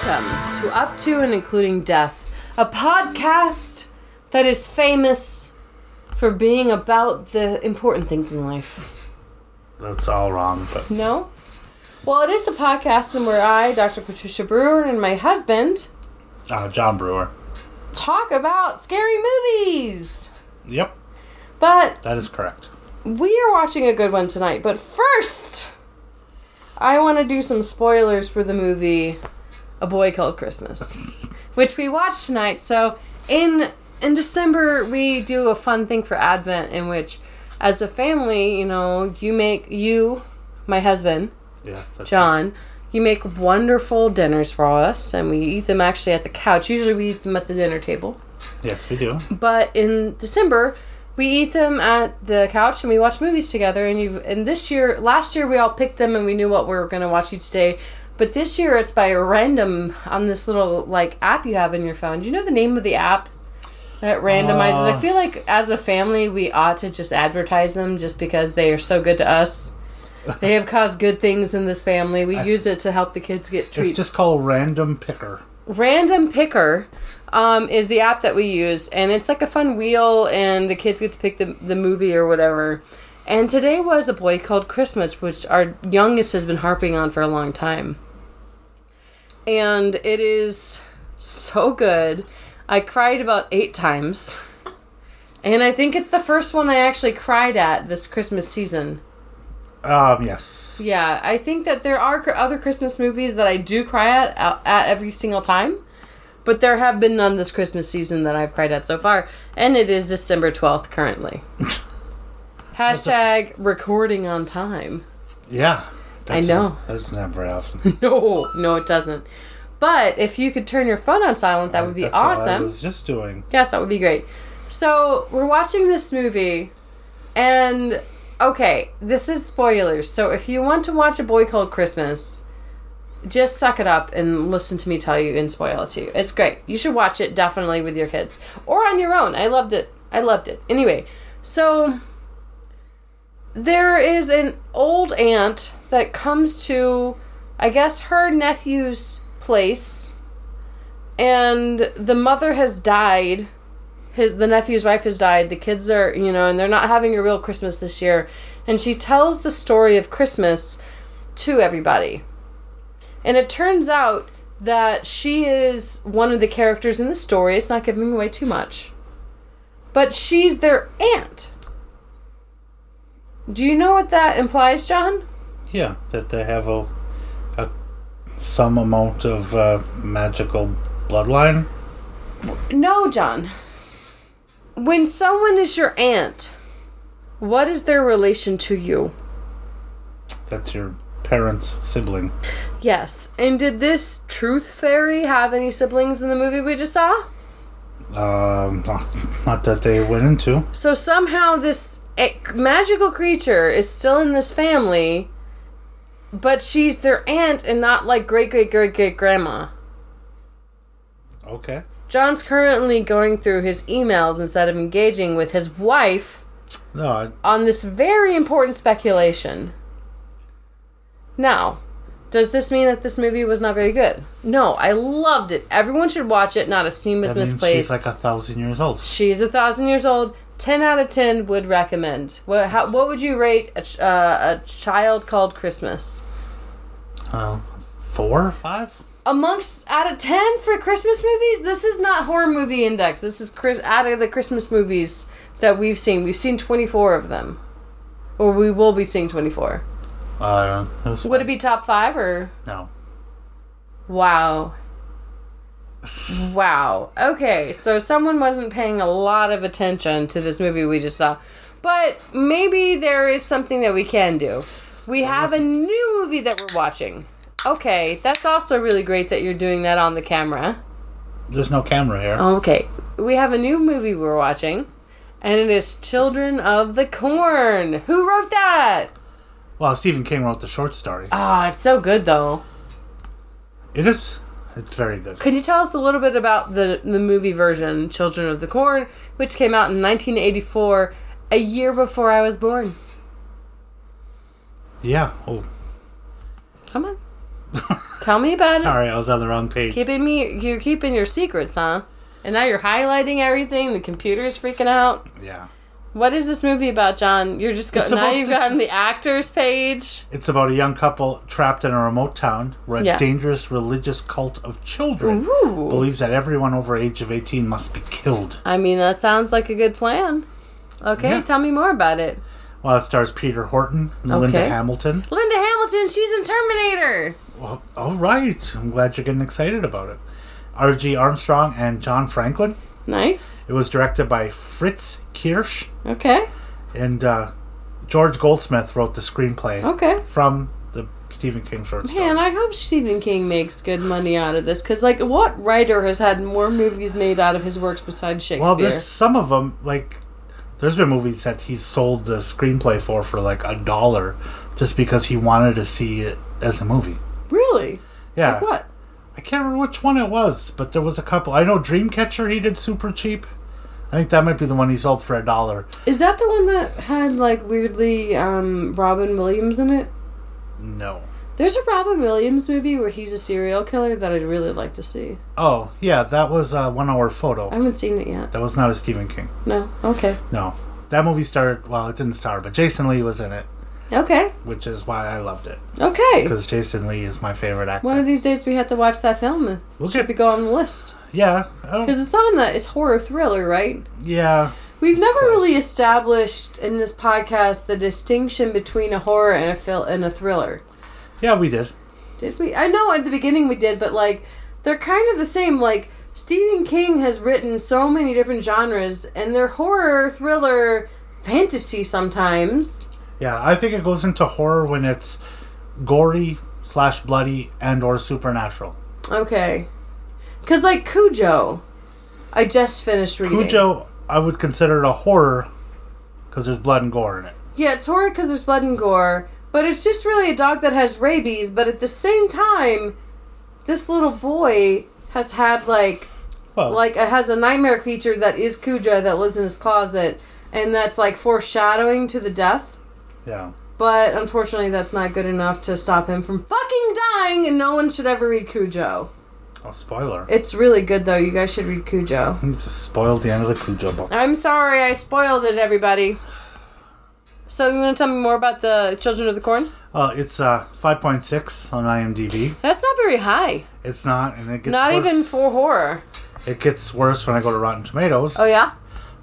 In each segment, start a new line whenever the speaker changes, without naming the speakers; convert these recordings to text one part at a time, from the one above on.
to Up to and Including Death, a podcast that is famous for being about the important things in life.
That's all wrong, but
No? Well, it is a podcast in where I, Dr. Patricia Brewer, and my husband
uh, John Brewer.
talk about scary movies.
Yep,
But
that is correct.
we are watching a good one tonight. But first, I want to do some spoilers for the movie A Boy Called Christmas, which we watched tonight. So in in December, we do a fun thing for Advent in which as a family, you know, you make you my husband
Yes, that's
John, you make wonderful dinners for us, and we eat them actually at the couch. Usually, we eat them at the dinner table,
Yes, we do.
but in December, we eat them at the couch and we watch movies together. And you and this year, last year we all picked them and we knew what we were going to watch each day. But this year, it's by random on this little like app you have in your phone. Do you know the name of the app? That randomizes.
Uh.
I feel like as a family, we ought to just advertise them just because they are so good to us. They have caused good things in this family. We use it to help the kids get treats.
It's just called Random Picker.
Random Picker um, is the app that we use, and it's like a fun wheel, and the kids get to pick the, the movie or whatever. And today was A Boy Called Christmas, which our youngest has been harping on for a long time. And it is so good. I cried about eight times. And I think it's the first one I actually cried at this Christmas season.
Um, yes.
Yeah, I think that there are cr- other Christmas movies that I do cry at at every single time, but there have been none this Christmas season that I've cried at so far, and it is December twelfth currently. Hashtag recording on time.
Yeah. That's,
know.
That's never often.
No, no, it doesn't. But if you could turn your phone on silent, that would be
That's What I
awesome.
was just doing.
Yes, that would be great. So we're watching this movie, and okay, this is spoilers. So if you want to watch A Boy Called Christmas, just suck it up and listen to me tell you and spoil it to you. It's great. You should watch it definitely with your kids or on your own. I loved it. I loved it. Anyway, so there is an old aunt that comes to, I guess, her nephew's place and the mother has died. His the nephew's wife has died. The kids are, you know, and they're not having a real Christmas this year. And she tells the story of Christmas to everybody. And it turns out that she is one of the characters in the story. It's not giving away too much. But she's their aunt. Do you know what that implies, John?
Yeah, that they have a, a some amount of uh, magical bloodline.
No, John. When someone is your aunt, what is their relation to you?
That's your parents' sibling.
Yes. And did this truth fairy have any siblings in the movie we just saw?
Um, not that they went into.
So somehow this e- magical creature is still in this family, but she's their aunt and not like great great great great grandma.
Okay.
John's currently going through his emails instead of engaging with his wife
No, I,
on this very important speculation. Now, does this mean that this movie was not very good? No, I loved it. Everyone should watch it. Not a scene was
that means
misplaced.
she's like a thousand years old.
She's a thousand years old. Ten out of ten would recommend. What how, what would you rate a, ch- uh, a child called Christmas?
Uh, four, five.
Amongst out of ten for Christmas movies, this is not horror movie index. This is Chris out of the Christmas movies that we've seen. We've seen twenty four of them, or we will be seeing twenty four.
Uh, it was
Would it be top five or
no?
wow? Wow. Okay, so someone wasn't paying a lot of attention to this movie we just saw. But maybe there is something that we can do. We have a new movie that we're watching. Okay, that's also really great that you're doing that on the camera.
There's no camera here.
Okay, we have a new movie we're watching, and it is Children of the Corn. Who wrote that?
Well, Stephen King wrote the short story.
Ah, it's so good though.
It is. It's very good.
Can you tell us a little bit about the the movie version, Children of the Corn, which came out in 1984, a year before I was born?
Yeah. Oh,
Come on, Tell me about it.
Sorry, I was on the wrong page.
Keeping me, you're keeping your secrets, huh? And now you're highlighting everything. The computer's freaking out.
Yeah.
What is this movie about, John? You're just going
It's
now.
about
You've
the-
gotten the actors page.
It's about a young couple trapped in a remote town where a
Yeah.
dangerous religious cult of children
Ooh.
believes that everyone over age of 18 must be killed.
I mean, that sounds like a good plan. Okay,
Yeah.
tell me more about it.
Well, it stars Peter Horton and Linda
Okay.
Hamilton.
Linda Hamilton, she's in Terminator.
Well, all right. I'm glad you're getting excited about it. R.G. Armstrong and John Franklin.
Nice.
It was directed by Fritz Kirsch,
Okay.
and uh, George Goldsmith wrote the screenplay
Okay.
from the Stephen King short story.
Oh. Man, I hope Stephen King makes good money out of this because, like, what writer has had more movies made out of his works besides Shakespeare?
Well, there's some of them like there's been movies that he's sold the screenplay for for like a dollar just because he wanted to see it as a movie.
really?
Yeah,
Like what?
I can't remember which one it was, but there was a couple. I know Dreamcatcher he did super cheap. I think that might be the one he sold for a dollar.
Is that the one that had like weirdly um, Robin Williams in it?
No.
There's a Robin Williams movie where he's a serial killer that I'd really like to see.
Oh yeah, that was a one-hour
I
photo.
haven't seen it yet.
That was not a Stephen King.
No. Okay.
No, that movie starred. Well, it didn't star, but Jason Lee was in it,
Okay.
which is why I loved it
Okay.
because Jason Lee is my favorite actor.
One of these days we have to watch that film.
We'll
It should
get-
be going on the list
yeah, I don't,
because it's on the it's horror thriller, right?
yeah.
We've never
Close.
really established in this podcast the distinction between a horror and a fil- and a thriller.
Yeah, we did.
Did we? I know at the beginning we did, but like they're kind of the same. Like Stephen King has written so many different genres, and they're horror, thriller, fantasy sometimes.
Yeah, I think it goes into horror when it's gory slash bloody and or supernatural.
Okay, because like Cujo, I just finished reading.
Cujo, I would consider it a horror because there's blood and gore in it.
Yeah, it's horror because there's blood and gore, but it's just really a dog that has rabies. But at the same time, this little boy has had like
Well,
like it has a nightmare creature that is Kuja that lives in his closet, and that's like foreshadowing to the death.
yeah,
But unfortunately, that's not good enough to stop him from fucking dying, and no one should ever read Cujo.
a spoiler.
It's really good though. You guys should read Cujo.
You just spoiled the end of the Cujo book.
I'm sorry, I spoiled it, everybody. So you want to tell me more about the Children of the Corn?
Uh, it's uh, 5.6 on IMDb.
That's not very high.
It's not, and it gets
Not
worse.
even for horror.
It gets worse when I go to Rotten Tomatoes,
Oh yeah?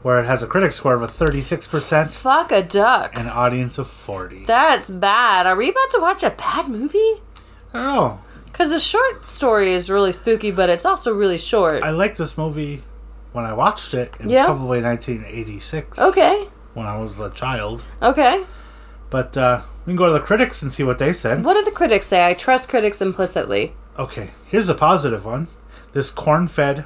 where it has a critic score of a 36%
Fuck a duck.
and an audience of 40.
That's bad. Are we about to watch a bad movie?
I don't know.
Because the short story is really spooky, but it's also really short.
I liked this movie when I watched it in
Yeah.
probably 1986.
Okay.
When I was a child.
Okay.
But uh, we can go to the critics and see what they said.
What do the critics say? I trust critics implicitly.
Okay, here's a positive one. This corn fed,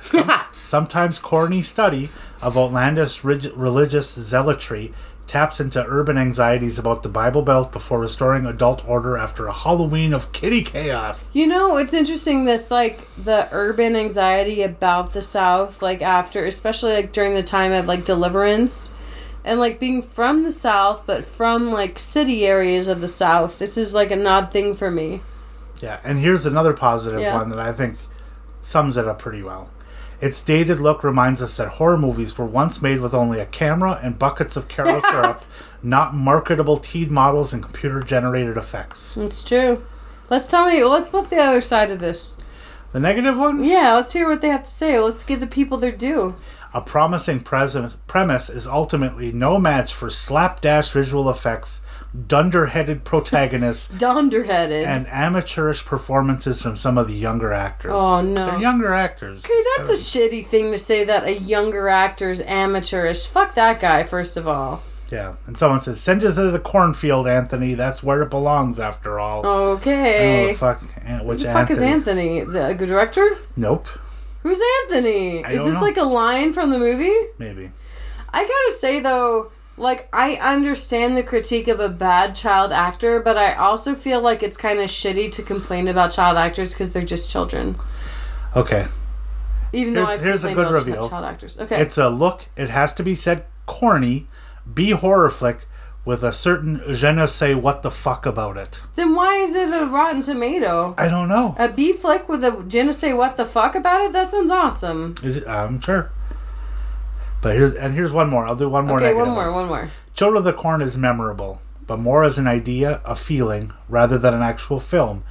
sometimes corny study of outlandish rig- religious zealotry taps into urban anxieties about the Bible Belt before restoring adult order after a Halloween of kitty chaos.
You know, it's interesting this like the urban anxiety about the South, like after especially like during the time of like deliverance and like being from the South, but from like city areas of the South. This is like an odd thing for me.
Yeah, and here's another positive
Yeah.
one that I think sums it up pretty well. Its dated look reminds us that horror movies were once made with only a camera and buckets of caramel syrup, not marketable teen models and computer generated effects.
It's true. Let's tell me let's put the other side of this.
The negative ones?
Yeah, let's hear what they have to say. Let's give the people their due.
A promising pres- premise is ultimately no match for slapdash visual effects, dunder-headed protagonists,
Donderheaded.
and amateurish performances from some of the younger actors.
Oh, no.
They're younger actors.
Okay, that's a shitty thing to say that a younger actor's amateurish. Fuck that guy, first of all.
Yeah, and someone says, "Send us to the cornfield, Anthony. That's where it belongs, after all."
Okay.
Oh, fuck. An- Which
Who the fuck is
Anthony?
Anthony? The good director?
Nope.
Who's Anthony?
I
is
don't
this
know.
like a line from the movie?
Maybe.
I gotta say though, like I understand the critique of a bad child actor, but I also feel like it's kind of shitty to complain about child actors because they're just children.
Okay.
Even though
Here's-
I've
here's a
complained
good
about
review.
child actors. Okay.
It's a look. It has to be said. Corny. B horror flick with a certain je ne sais what the fuck about it.
Then why is it a Rotten Tomato?
I don't know.
A B flick with a je ne sais what the fuck about it? That sounds awesome.
It- I'm sure. But here's and here's one more. I'll do one more.
okay,
negative
one more, one more.
Children of the Corn is memorable, but more as an idea, a feeling, rather than an actual film.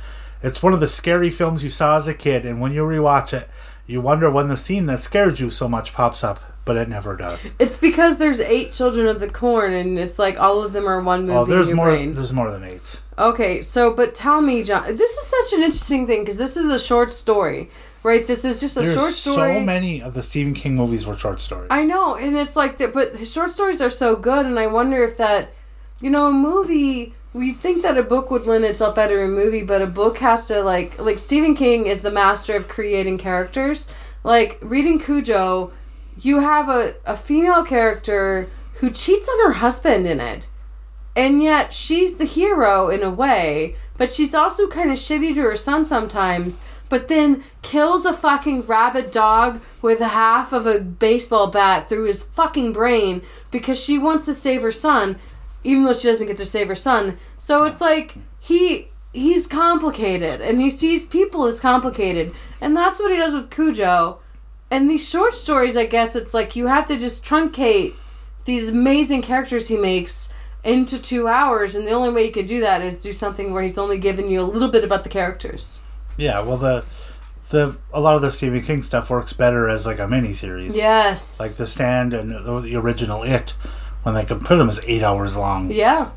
It's one of the scary films you saw as a kid, and when you rewatch it, you wonder when the scene that scared you so much pops up, but it never does.
It's because there's eight children of the corn, and it's like all of them are one movie
Oh, there's
in your
more.
brain.
There's more than eight.
Okay, so but tell me, John, this is such an interesting thing because this is a short story, right? This is just a
There's
short story.
so many of the Stephen King movies were short stories.
I know, and it's like that, but his short stories are so good, and I wonder if that, you know, a movie. We think that a book would lend itself better in a movie, but a book has to like like Stephen King is the master of creating characters. Like reading Cujo, you have a, a female character who cheats on her husband in it. And yet she's the hero in a way, but she's also kind of shitty to her son sometimes, but then kills a fucking rabid dog with half of a baseball bat through his fucking brain because she wants to save her son, even though she doesn't get to save her son. So it's like he he's complicated and he sees people as complicated. And that's what he does with Cujo. And these short stories, I guess it's like you have to just truncate these amazing characters he makes into two hours, and the only way you could do that is do something where he's only giving you a little bit about the characters.
Yeah, well the the a lot of the Stephen King stuff works better as like a mini series.
Yes.
Like The Stand and the, the original It, when they could put them as eight hours long.
yeah.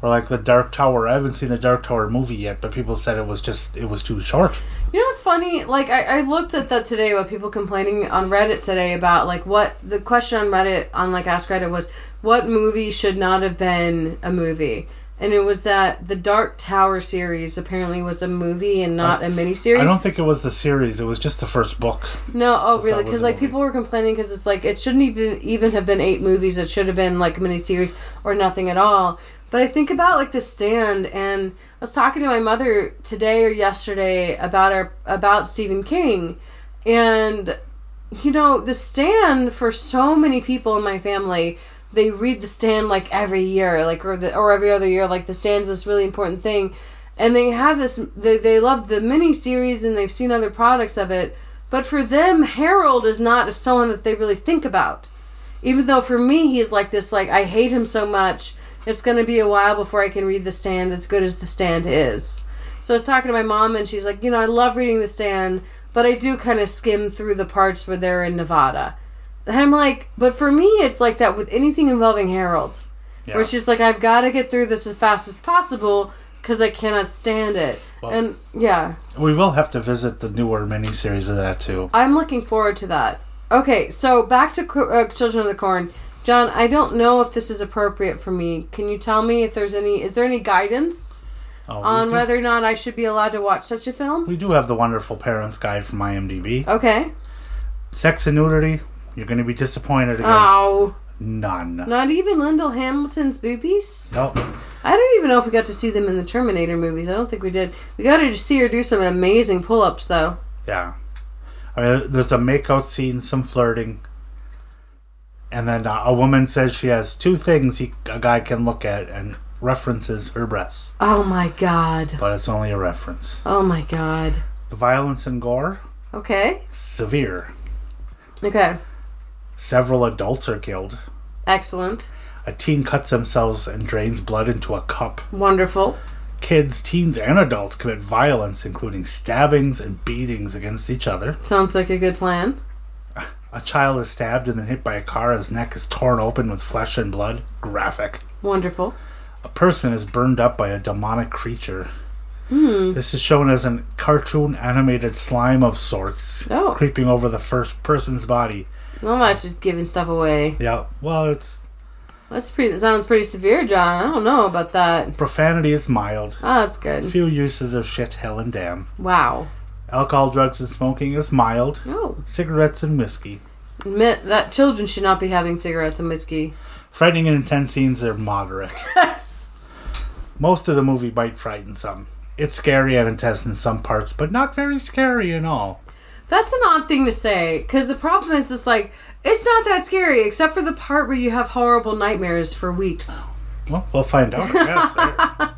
Or like The Dark Tower. I haven't seen the Dark Tower movie yet, but people said it was just it was too short.
You know what's funny? Like I, I looked at that today about people complaining on Reddit today about like what the question on Reddit on like Ask Reddit was what movie should not have been a movie. And it was that the Dark Tower series apparently was a movie and not a
I
miniseries.
don't think it was the series. It was just the first book.
No, oh
that
really? Because
wasn't
like
what we-
people were complaining because it's like it shouldn't even even have been eight movies. It should have been like a miniseries or nothing at all. But I think about like the stand, and I was talking to my mother today or yesterday about our about Stephen King, and you know the stand for so many people in my family they read the stand like every year like or the, or every other year like the stand's this really important thing and they have this they, they love the mini series and they've seen other products of it but for them harold is not someone that they really think about even though for me he's like this like i hate him so much it's going to be a while before i can read the stand as good as the stand is so i was talking to my mom and she's like you know i love reading the stand but i do kind of skim through the parts where they're in nevada and i'm like but for me it's like that with anything involving harold
Yeah.
where it's just like i've got to get through this as fast as possible because i cannot stand it and yeah
we will have to visit the newer miniseries of that too.
I'm looking forward to that. Okay, so back to Co- uh, Children of the Corn. John, I don't know if this is appropriate for me. Can you tell me if there's any is there any guidance
Oh, we
on
do-
whether or not I should be allowed to watch such a film?
we do have the wonderful parents guide from IMDb.
Okay.
Sex and nudity. You're going to be disappointed again.
Oh,
None. No.
not even Lyndall Hamilton's boobies. I don't even know if we got to see them in the Terminator movies. I don't think we did. We got to see her do some amazing pull-ups though.
Yeah. I mean, there's a makeout scene, some flirting, and then uh, a woman says she has two things he, a guy can look at and references her breasts,
Oh my god.
but it's only a reference.
Oh my god.
The violence and gore
Okay.
severe.
Okay.
Several adults are killed.
Excellent.
A teen cuts themselves and drains blood into a cup.
Wonderful.
Kids, teens, and adults commit violence, including stabbings and beatings against each other.
Sounds like a good plan.
A child is stabbed and then hit by a car. His neck is torn open with flesh and blood. Graphic.
Wonderful.
A person is burned up by a demonic creature. This is shown as a cartoon animated slime of sorts,
Oh.
creeping over the first person's body.
Not much is giving stuff away.
Yeah, well, it's
That's pretty. Sounds pretty severe, John. I don't know about that.
profanity is mild.
Oh, that's good.
Few uses of shit, hell, and damn.
Wow.
Alcohol, drugs, and smoking is mild.
No,
Cigarettes and whiskey.
admit that children should not be having cigarettes and whiskey.
Frightening and intense scenes are moderate. Most of the movie might frighten some. It's scary and intense in some parts, but not very scary in all.
That's an odd thing to say because the problem is, it's like it's not that scary except for the part where you have horrible nightmares for weeks.
Well, we'll find out. I guess.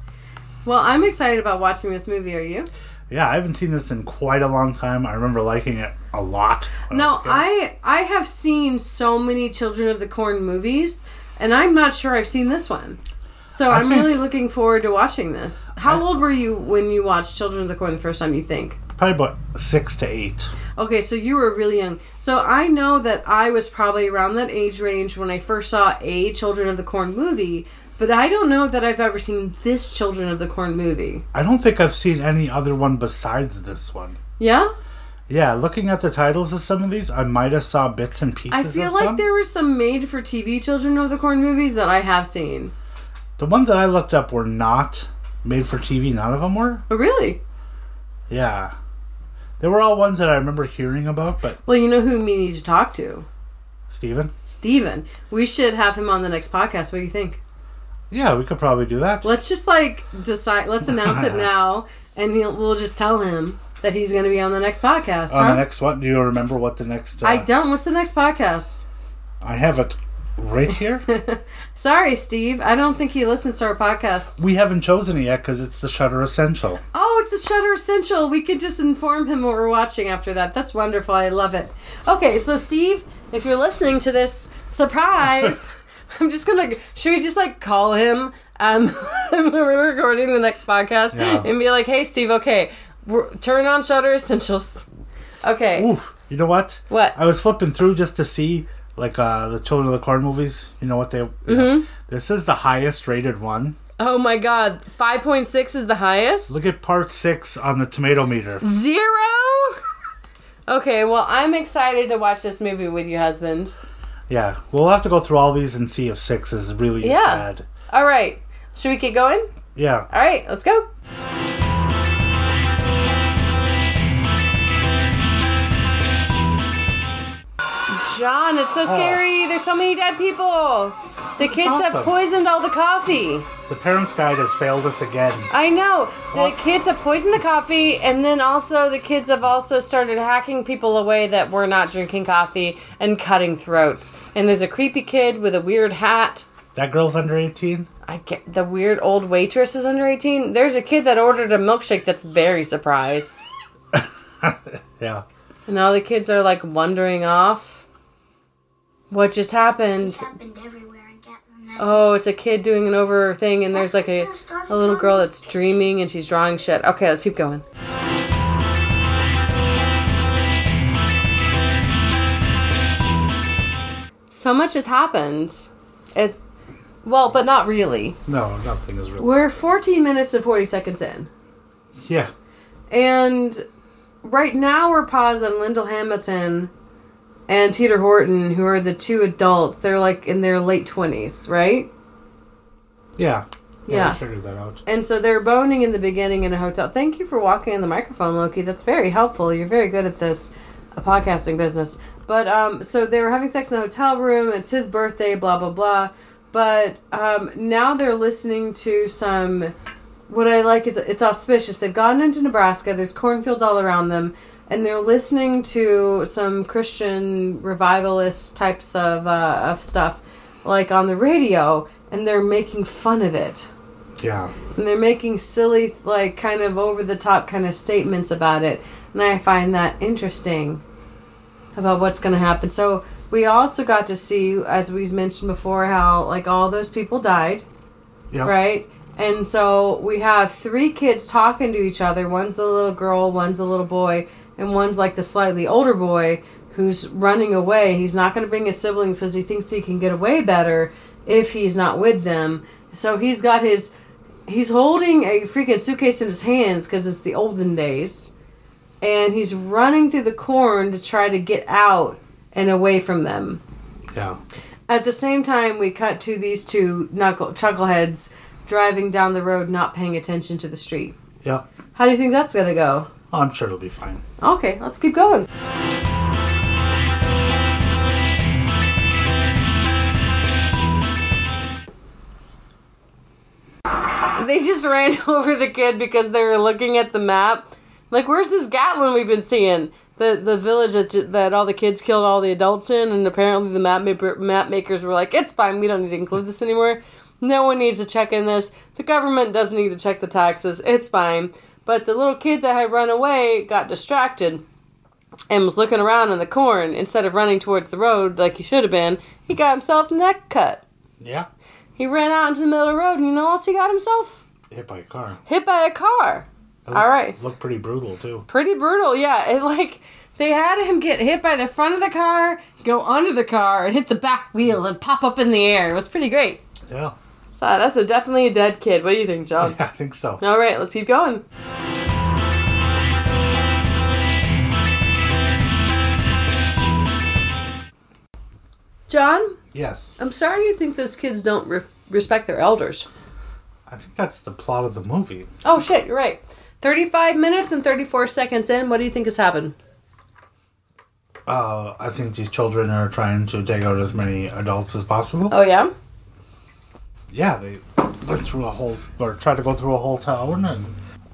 Well, I'm excited about watching this movie. Are you?
yeah, I haven't seen this in quite a long time. I remember liking it a lot. when
No,
was a kid.
I I have seen so many Children of the Corn movies, and I'm not sure I've seen this one. So
I
I'm
think-
really looking forward to watching this. How
I-
old were you when you watched Children of the Corn the first time? You think?
probably about six to eight.
Okay, so you were really young. So I know that I was probably around that age range when I first saw a Children of the Corn movie, but I don't know that I've ever seen this Children of the Corn movie.
I don't think I've seen any other one besides this one.
Yeah?
Yeah, looking at the titles of some of these, I might have saw bits and pieces.
I feel
of
like
some.
there were some made for TV Children of the Corn movies that I have seen.
the ones that I looked up were not made for TV. None of them were.
Oh, really?
Yeah, they were all ones that I remember hearing about. But
Well, you know who we need to talk to?
Steven?
Steven. We should have him on the next podcast. What do you think?
yeah, we could probably do that.
Let's just like decide, let's announce it now, and he'll, we'll just tell him that he's going to be on the next podcast.
On
huh?
the next one, do you remember what the next? Uh,
I don't. What's the next podcast?
I have it right here.
Sorry, Steve. I don't think he listens to our podcast.
we haven't chosen it yet because it's the Shutter Essential.
Oh, it's the Shutter Essential. We could just inform him what we're watching after that. That's wonderful. I love it. Okay, so Steve, if you're listening to this, surprise. I'm just gonna. Should we just like call him um, when we're recording the next podcast
Yeah.
and be like, "Hey, Steve. Okay, we're, turn on Shutter Essentials." Okay.
Oof! You know what?
What?
I was flipping through just to see like uh, the Children of the Corn movies. You know what they?
Mm-hmm.
yeah. This is the highest rated one.
Oh my God. Five point six is the highest.
Look at part six on the tomato meter.
Zero? okay, well, I'm excited to watch this movie with you, husband.
Yeah, we'll have to go through all these and see if six is really
Yeah.
as bad.
All right. Should we get going?
Yeah.
All right, let's go. John, it's so scary. There's so many dead people. The
Oh. is
kids
awesome.
have poisoned all the coffee.
The Parents Guide has failed us again.
I know. The
Well-
kids have poisoned the coffee, and then also the kids have also started hacking people away that were not drinking coffee and cutting throats. And there's a creepy kid with a weird hat.
That girl's under 18?
I get the weird old waitress is under 18. There's a kid that ordered a milkshake that's very surprised.
Yeah.
And all the kids are like wandering off. What just happened?
happened everywhere in Gatlin. That
Oh, it's a kid doing an over thing, and there's like a, a little girl that's dreaming and she's drawing shit. Okay, let's keep going. So much has happened. It's well, but not really.
No, nothing is really.
We're 14 minutes and 40 seconds in,
Yeah.
and right now we're paused on Lyndall Hamilton and Peter Horton, who are the two adults. They're like in their late 20s, right?
Yeah.
Yeah.
I figured that out.
And so they're boning in the beginning in a hotel. Thank you for walking in the microphone, Loki. That's very helpful. You're very good at this uh, podcasting business. But um, so they were having sex in a hotel room. It's his birthday, blah, blah, blah. But um, now they're listening to some. What I like is it's auspicious. They've gone into Nebraska, there's cornfields all around them, and they're listening to some Christian revivalist types of, uh, of stuff, like on the radio, and they're making fun of it
Yeah.
and they're making silly like kind of over the top kind of statements about it and i find that interesting about what's going to happen so we also got to see as we mentioned before how like all those people died
Yeah.
right and so we have three kids talking to each other one's a little girl one's a little boy and one's like the slightly older boy who's running away he's not going to bring his siblings because he thinks he can get away better if he's not with them so he's got his he's holding a freaking suitcase in his hands because it's the olden days and he's running through the corn to try to get out and away from them
Yeah.
at the same time we cut to these two knuckle chuckleheads driving down the road not paying attention to the street
Yeah.
how do you think that's gonna go
Well, I'm sure it'll be fine.
okay let's keep going they just ran over the kid because they were looking at the map. Like, where's this Gatlin we've been seeing? The the village that, ju- that all the kids killed all the adults in, and apparently the map, ma- map makers were like, it's fine, we don't need to include this anymore. No one needs to check in this. The government doesn't need to check the taxes. It's fine. But the little kid that had run away got distracted and was looking around in the corn instead of running towards the road like he should have been. He got himself neck cut.
Yeah.
He ran out into the middle of the road, and you know what else he got himself?
Hit by a car.
Hit by a car.
That
All
looked-
right.
Looked pretty brutal too.
pretty brutal. Yeah, it like they had him get hit by the front of the car, go under the car, and hit the back wheel and pop up in the air. It was pretty great.
Yeah.
So that's a, definitely a dead kid. What do you think, John?
I think so.
All right, let's keep going. John,
Yes.
I'm sorry you think those kids don't re- respect their elders.
I think that's the plot of the movie.
Oh shit, you're right. 35 minutes and 34 seconds in. What do you think has happened?
Uh, I think these children are trying to take out as many adults as possible.
Oh yeah.
Yeah, they went through a whole or tried to go through a whole town and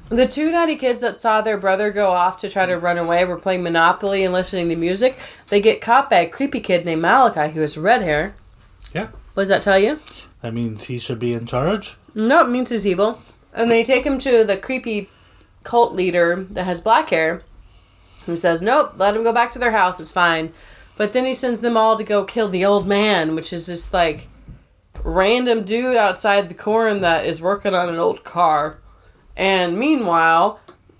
The two naughty kids that saw their brother go off to try to run away were playing Monopoly and listening to music. They get caught by a creepy kid named Malachi, who has red hair.
yeah,
What does that tell you?
that means he should be in charge.
No, it means he's evil. And they take him to the creepy cult leader that has black hair, who says, Nope, let him go back to their house, it's fine. But then he sends them all to go kill the old man, which is this like random dude outside the corn that is working on an old car. And meanwhile,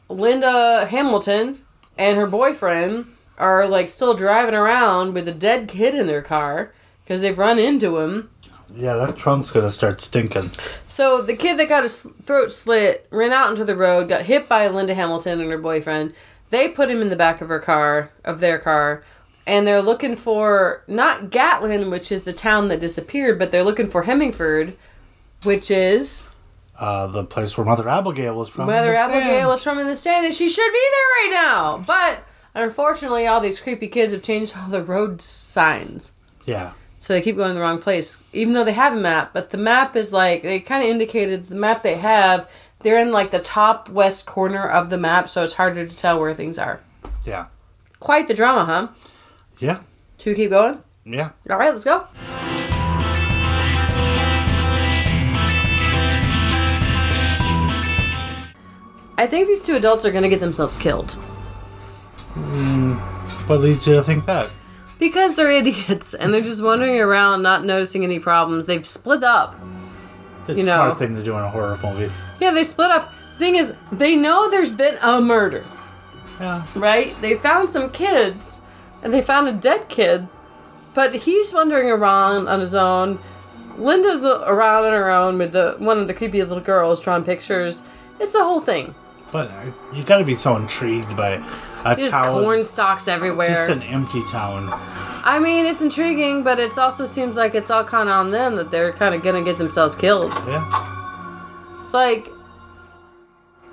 Linda Hamilton and her boyfriend are like still driving around with a dead kid in their car because they've run into him.
Yeah, that trunk's gonna start stinking.
So the kid that got his throat slit ran out into the road, got hit by Linda Hamilton and her boyfriend. They put him in the back of her car, of their car, and they're looking for not Gatlin, which is the town that disappeared, but they're looking for Hemingford, which is
Uh, the place where Mother Abigail was from. in
Mother
the stand.
Abigail was from in the stand, and she should be there right now. But unfortunately, all these creepy kids have changed all the road signs.
Yeah,
So they keep going to the wrong place, even though they have a map. But the map is like they kind of indicated the map they have. They're in like the top west corner of the map, so it's harder to tell where things are.
yeah,
Quite the drama, huh?
yeah,
Should we keep going?
yeah.
All right, let's go. I think these two adults are going to get themselves killed
What leads you to think that?
because they're idiots and they're just wandering around, not noticing any problems. They've split up.
It's
You
a
know.
smart thing to do in a horror movie.
Yeah, they split up. Thing is, they know there's been a murder,
Yeah,
right? They found some kids, and they found a dead kid, but he's wandering around on his own. Linda's around on her own with the one of the creepy little girls drawing pictures. It's the whole thing.
but uh, you got to be so intrigued by a
There's
town,
corn stalks everywhere.
just an empty town.
I mean, it's intriguing, but it also seems like it's all kind of on them that they're kind of gonna get themselves killed.
Yeah,
It's like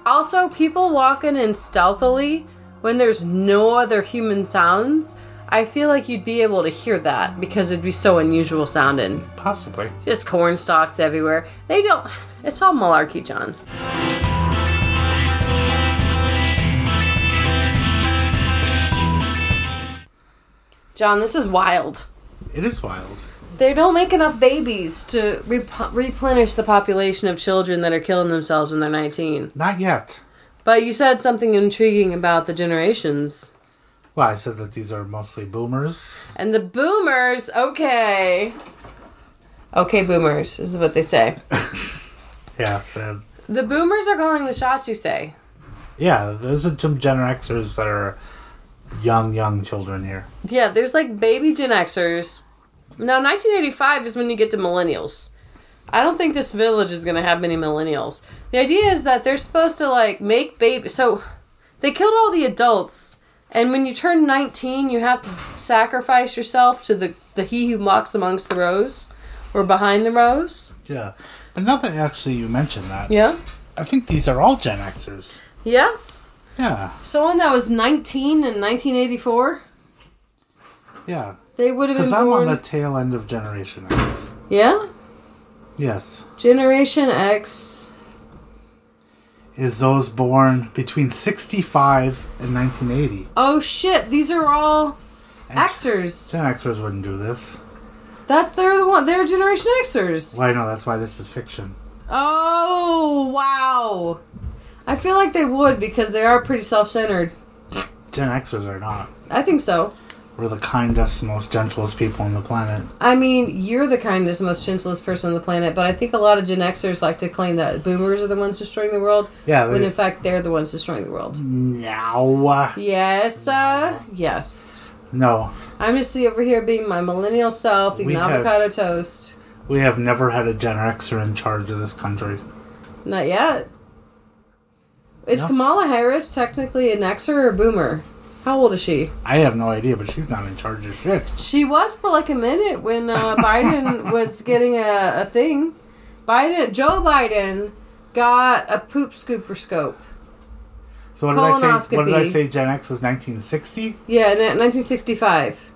also people walking in stealthily when there's no other human sounds. I feel like you'd be able to hear that because it'd be so unusual sounding.
possibly.
Just corn stalks everywhere. They don't. It's all malarkey, John. John, this is wild.
It is wild.
They don't make enough babies to rep- replenish the population of children that are killing themselves when they're 19.
Not yet.
But you said something intriguing about the generations.
Well, I said that these are mostly boomers.
And the boomers, okay. Okay, boomers, is what they say.
Yeah, the-
The boomers are calling the shots, you say.
yeah. There's some Gen Xers that are young, young children here.
Yeah, there's like baby Gen Xers. Now, 1985 is when you get to millennials. I don't think this village is going to have many millennials. The idea is that they're supposed to like make baby. So they killed all the adults, and when you turn 19, you have to sacrifice yourself to the, the he who walks amongst the rows or behind the rows.
Yeah, but now that actually you mentioned that,
Yeah.
I think these are all Gen Xers.
Yeah.
Yeah,
Someone that was 19 in 1984,
yeah.
they would have been
Because I'm on
born.
the tail end of Generation X.
yeah?
Yes,
Generation X.
is those born between 65 and 1980.
Oh shit, these are all
And
Xers.
Gen Xers wouldn't do this.
That's they're the one. They're Generation Xers.
Well, I know that's why this is fiction.
Oh wow! I feel like they would because they are pretty self-centered.
Gen Xers are not.
I think so.
We're the kindest, most gentlest people on the planet.
I mean, you're the kindest, most gentlest person on the planet, but I think a lot of Gen Xers like to claim that Boomers are the ones destroying the world,
Yeah.
when
They,
in fact they're the ones destroying the world.
no.
Yes, uh, yes.
No.
I'm just over here being my millennial self, eating
We have-
avocado toast.
We have never had a Gen Xer in charge of this country.
Not yet. Is
No.
Kamala Harris technically an Xer or a Boomer? How old is she?
I have no idea, but she's not in charge of shit.
She was for like a minute when uh, Biden was getting a, a thing. Biden, Joe Biden, got a poop scooper scope.
So what did I say? What did I
Colonoscopy.
say? Gen X was 1960,
Yeah, in 1965.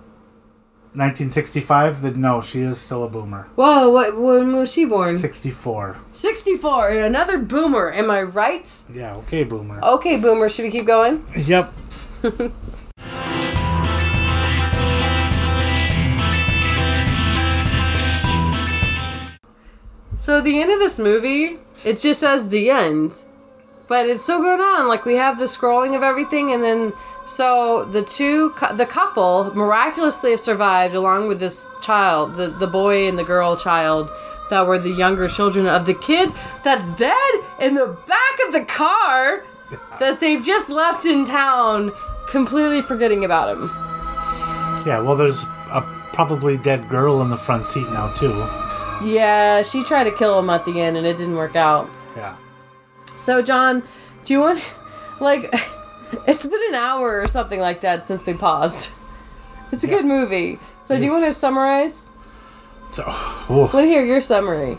1965. Then no, she is still a boomer.
Whoa, what, when was she born?
64.
64, and another boomer. Am I right?
Yeah. Okay, boomer.
Okay, boomer, should we keep going?
Yep.
So the end of this movie, it just says the end, but it's still going on. Like we have the scrolling of everything, and then so the two, cou- the couple, miraculously have survived along with this child, the the boy and the girl child, that were the younger children of the kid that's dead in the back of the car that they've just left in town, completely forgetting about him.
Yeah. Well, there's a probably dead girl in the front seat now too.
Yeah, she tried to kill him at the end, and it didn't work out.
Yeah.
So, John, do you want, like, it's been an hour or something like that since we paused. It's a good movie. So, do you
Yes.
want to summarize?
So, oh,
Let me hear your summary.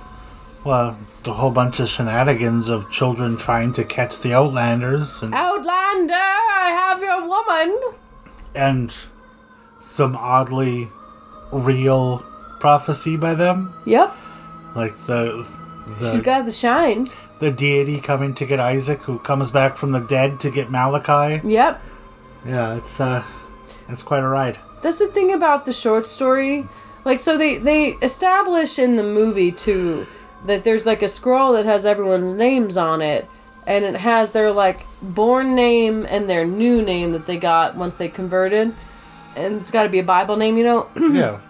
well, the whole bunch of shenanigans of children trying to catch the Outlanders and
Outlander, I have your woman.
and some oddly real prophecy by them,
Yep,
like the
she's
the,
got the shine.
the deity coming to get Isaac, who comes back from the dead to get Malachi.
Yep.
Yeah, it's uh, it's quite a ride.
That's the thing about the short story. Like, so they they establish in the movie too that there's like a scroll that has everyone's names on it, and it has their like born name and their new name that they got once they converted, and it's got to be a Bible name, you know.
yeah,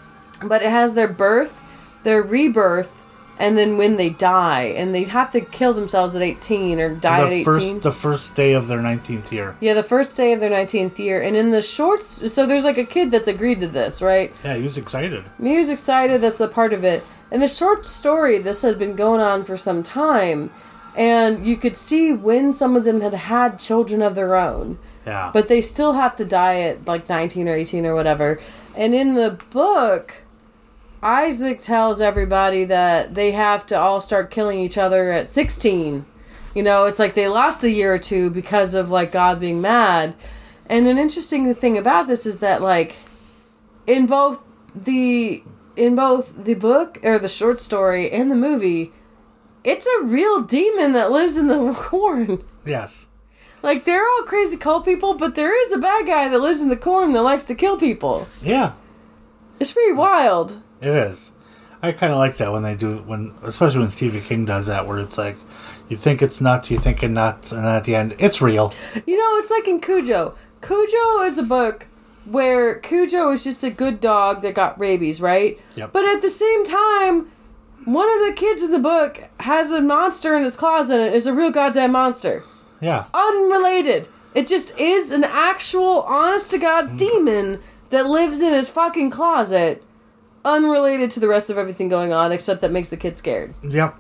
but it has their birth, their rebirth, and then when they die, and they have to kill themselves at eighteen or die at
the
eighteen.
first the first day of their nineteenth year.
yeah, the first day of their 19th year. And in the shorts, so there's like a kid that's agreed to this, right?
Yeah, he was excited.
And He was excited. That's a part of it. In the short story, this had been going on for some time, and you could see when some of them had had children of their own,
Yeah,
but they still have to die at like 19 or 18 or whatever. And in the book, Isaac tells everybody that they have to all start killing each other at 16. You know, it's like they lost a year or two because of like God being mad. And an interesting thing about this is that like in both the in both the book or the short story and the movie, it's a real demon that lives in the corn.
yes,
Like they're all crazy cult people, but there is a bad guy that lives in the corn that likes to kill people.
yeah.
It's pretty wild.
It is. I kind of like that when they do when, especially when Stevie King does that, where it's like, you think it's nuts, you think it's nuts, and then at the end, it's real.
You know, it's like in Cujo. Cujo is a book where Cujo is just a good dog that got rabies, right?
Yep.
But at the same time, one of the kids in the book has a monster in his closet and is a real goddamn monster.
Yeah,
Unrelated. It just is an actual honest to god demon that lives in his fucking closet. Unrelated to the rest of everything going on, except that makes the kid scared.
yep,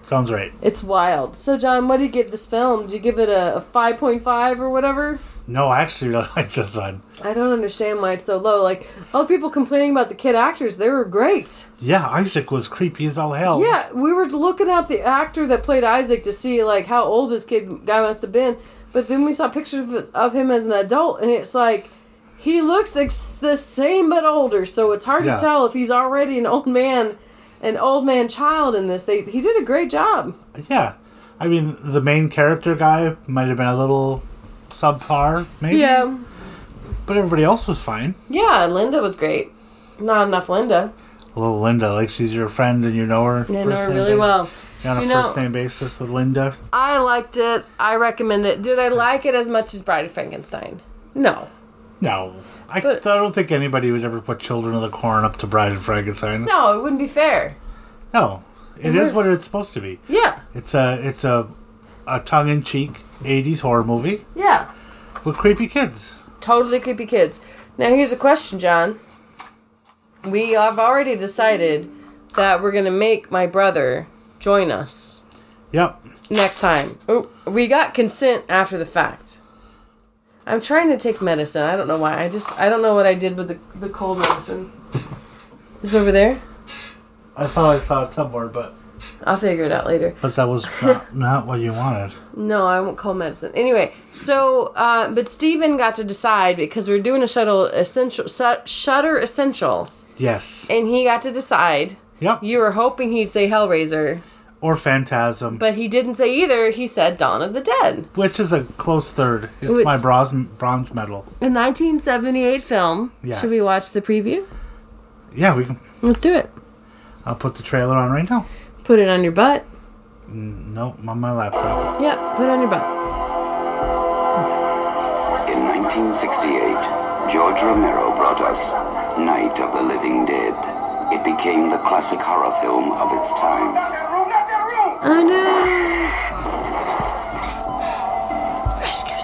sounds right.
It's wild. So, John, what do you give this film? Do you give it a, a 5.5 or whatever?
No, I actually really like this one.
I don't understand why it's so low. Like all the people complaining about the kid actors, they were great.
Yeah, Isaac was creepy as all hell.
Yeah, we were looking up the actor that played Isaac to see like how old this kid guy must have been, but then we saw pictures of, of him as an adult, and it's like he looks ex- the same but older. So it's hard
Yeah.
to tell if he's already an old man, an old man child in this. They he did a great job.
yeah. I mean, the main character guy might have been a little subpar, maybe.
Yeah,
but everybody else was fine.
yeah. Linda was great. Not enough Linda.
Hello, Linda. Like she's your friend and you know her.
I
first
know her
name
really
basis.
well.
You're on a
You know-
first name basis with Linda.
I liked it. I recommend it. Did I like it as much as Bride of Frankenstein? No.
No, I,
But-
I don't think anybody would ever put Children of the Corn up to Bride and Frankenstein.
No, it wouldn't be fair.
no, it
And
is
we're-
what it's supposed to be.
Yeah.
It's a it's a a tongue in cheek '80s horror movie
Yeah.
with creepy kids.
Totally creepy kids. Now, here's a question, John. We have already decided that we're going to make my brother join us
Yep.
next time. Oh, we got consent after the fact. I'm trying to take medicine. I don't know why. I just, I don't know what I did with the, the cold medicine. This over there?
I thought I saw it somewhere, but
I'll figure it out later.
but that was not, not what you wanted.
No, I won't call medicine. Anyway, so uh, but Steven got to decide because we are doing a shuttle essential su- shutter essential,
Yes.
and he got to decide.
Yep.
You were hoping he'd say Hellraiser,
Or Phantasm,
but he didn't say either. He said Dawn of the Dead,
which is a close third. It's,
Ooh,
my
it's-
bronze bronze medal.
a 1978 film.
Yes.
Should we watch the preview?
Yeah, we can.
Let's do it.
I'll put the trailer on right now.
Put it on your butt.
No, on my laptop.
Yep, put it on your butt.
In 1968, George Romero brought us Night of the Living Dead. It became the classic horror film of its time.
Oh no!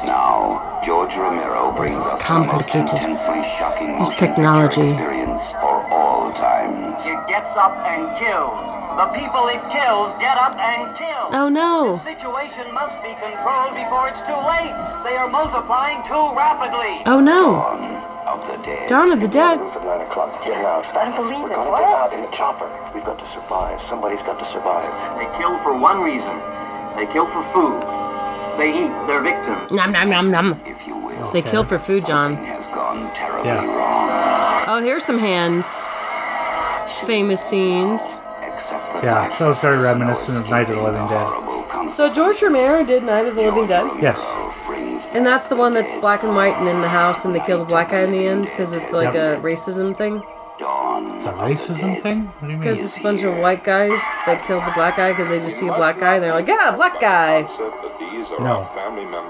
Now, George Romero brings
is
us the most
complicated.
intensely shocking
This
motion
technology.
picture experience for all time.
It gets up and kills. The people it kills get up and kill.
Oh no!
Situation must be controlled before it's too late. They are multiplying too rapidly.
Oh no!
Dawn of the Dead.
Dawn of the Dead.
at 9 o'clock. Get out. I don't believe We're going to get out in the chopper. We've got to survive. Somebody's got to survive.
They kill for one reason. They kill for food. They eat their victims.
Nom nom nom nom.
If you will.
They kill for food, John.
has gone terribly
Yeah.
wrong.
Oh, here's some hands. Famous scenes.
Except the
Yeah,
fact
that was very reminiscent of Night of the Living Dead.
horrible consequences
So George Romero did Night of the Living Dead,
Yes.
brings
and that's the one that's black and white and in the house, and they kill the black guy in the end because it's like a
Yep.
racism thing.
dawn.
It's a racism thing? What do you mean?
Because it's a bunch of white guys that kill the black guy because they just see a black guy and they're like, yeah, black guy.
No.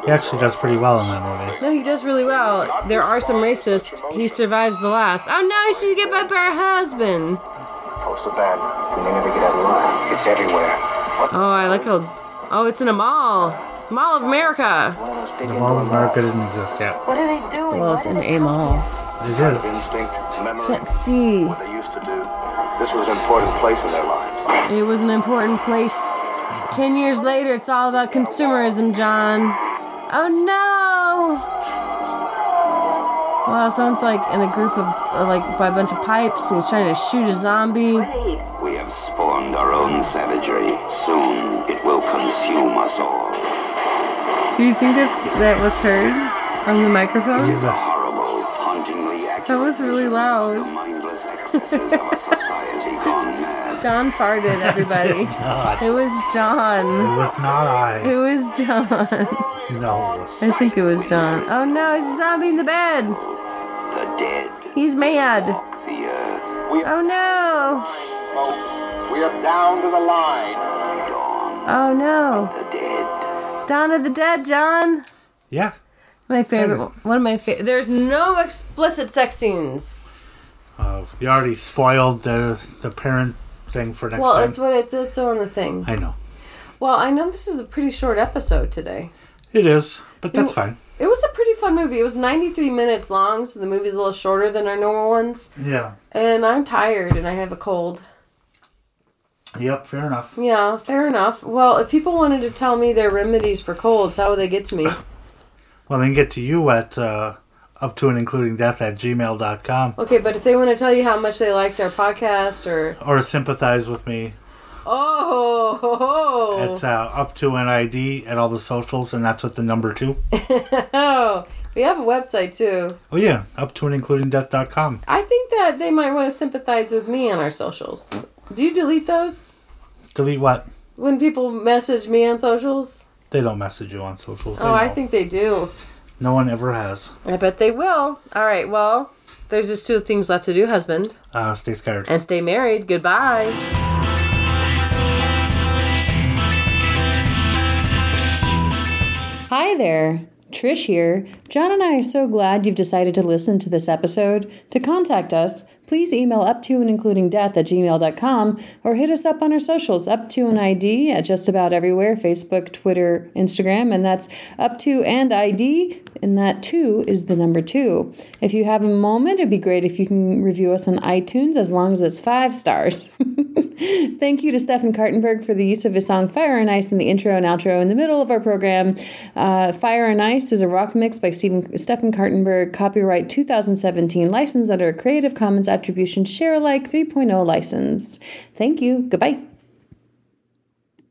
He actually does pretty well in that movie.
No, he does really well. There are some racists. He survives the last. Oh no, she's get by her husband.
Postal bag. We may never get out alive. It's everywhere. What?
Oh, I like how. Oh, it's in a mall. Mall of America.
One of those big
The Mall of America didn't exist yet.
Well, it's in a mall.
It is.
instinct, memory,
Let's see.
what they used to do. This was an important place in their lives.
It was an important place. Ten years later, it's all about consumerism, John. Oh no! Wow, someone's like in a group of uh, like by a bunch of pipes, and he's trying to shoot a zombie.
We have spawned our own savagery. Soon it will consume us all.
Do you think that's, that was heard on the microphone?
It's a horrible, hauntingly accurate.
That was really
The
loud.
mindless excesses of a society gone mad.
John farted, everybody.
God.
it was
It
John.
was not I.
It was John.
No.
I think it was John. Oh no, it's a zombie in the bed.
The dead
He's mad.
walk the earth.
Oh no.
We are down to the line. Dawn.
Oh no.
The dead.
Dawn of the Dead, John.
Yeah.
My favorite. One of my favorite. There's no explicit sex scenes.
Uh, you already spoiled the the parent thing for next
Well,
time.
it's what it says on the thing.
I know.
Well, I know this is a pretty short episode today.
It is, but that's
You-
fine.
It was a pretty fun movie. It was 93 minutes long, so the movie's a little shorter than our normal ones.
Yeah.
And I'm tired and I have a cold.
Yep, fair enough.
Yeah, fair enough. Well, if people wanted to tell me their remedies for colds, how would they get to me?
Well, then get to you at uh, up to and including death at gmail.com
Okay, but if they want to tell you how much they liked our podcast or.
or sympathize with me.
Oh! ho, ho.
It's uh, up to an ID at all the socials, and that's with the number two.
Oh, we have a website too.
Oh, yeah, up to and including death.com.
I think that they might want to sympathize with me on our socials. Do you delete those
Delete what?
when people message me on socials?
They don't message you on socials. They
Oh, I
know.
think they do.
No one ever has.
I bet they will. All right, well, There's just two things left to do, husband.
Uh, stay scared.
And stay married. Goodbye.
Hi there, Trish here. John and I are so glad you've decided to listen to this episode. To contact us, please email up to and including death at gmail.com or hit us up on our socials, up to an ID at just about everywhere Facebook, Twitter, Instagram, and that's up to and ID, and that two is the number two. If you have a moment, it'd be great if you can review us on iTunes as long as it's five stars. Thank you to Stefan Kartenberg for the use of his song Fire and Ice in the intro and outro in the middle of our program. Uh, Fire and Ice is a rock mix by Stephen, Stefan Kartenberg, copyright 2017, licensed under a Creative Commons Attribution Share Alike 3.0 license. oh Thank you. Goodbye.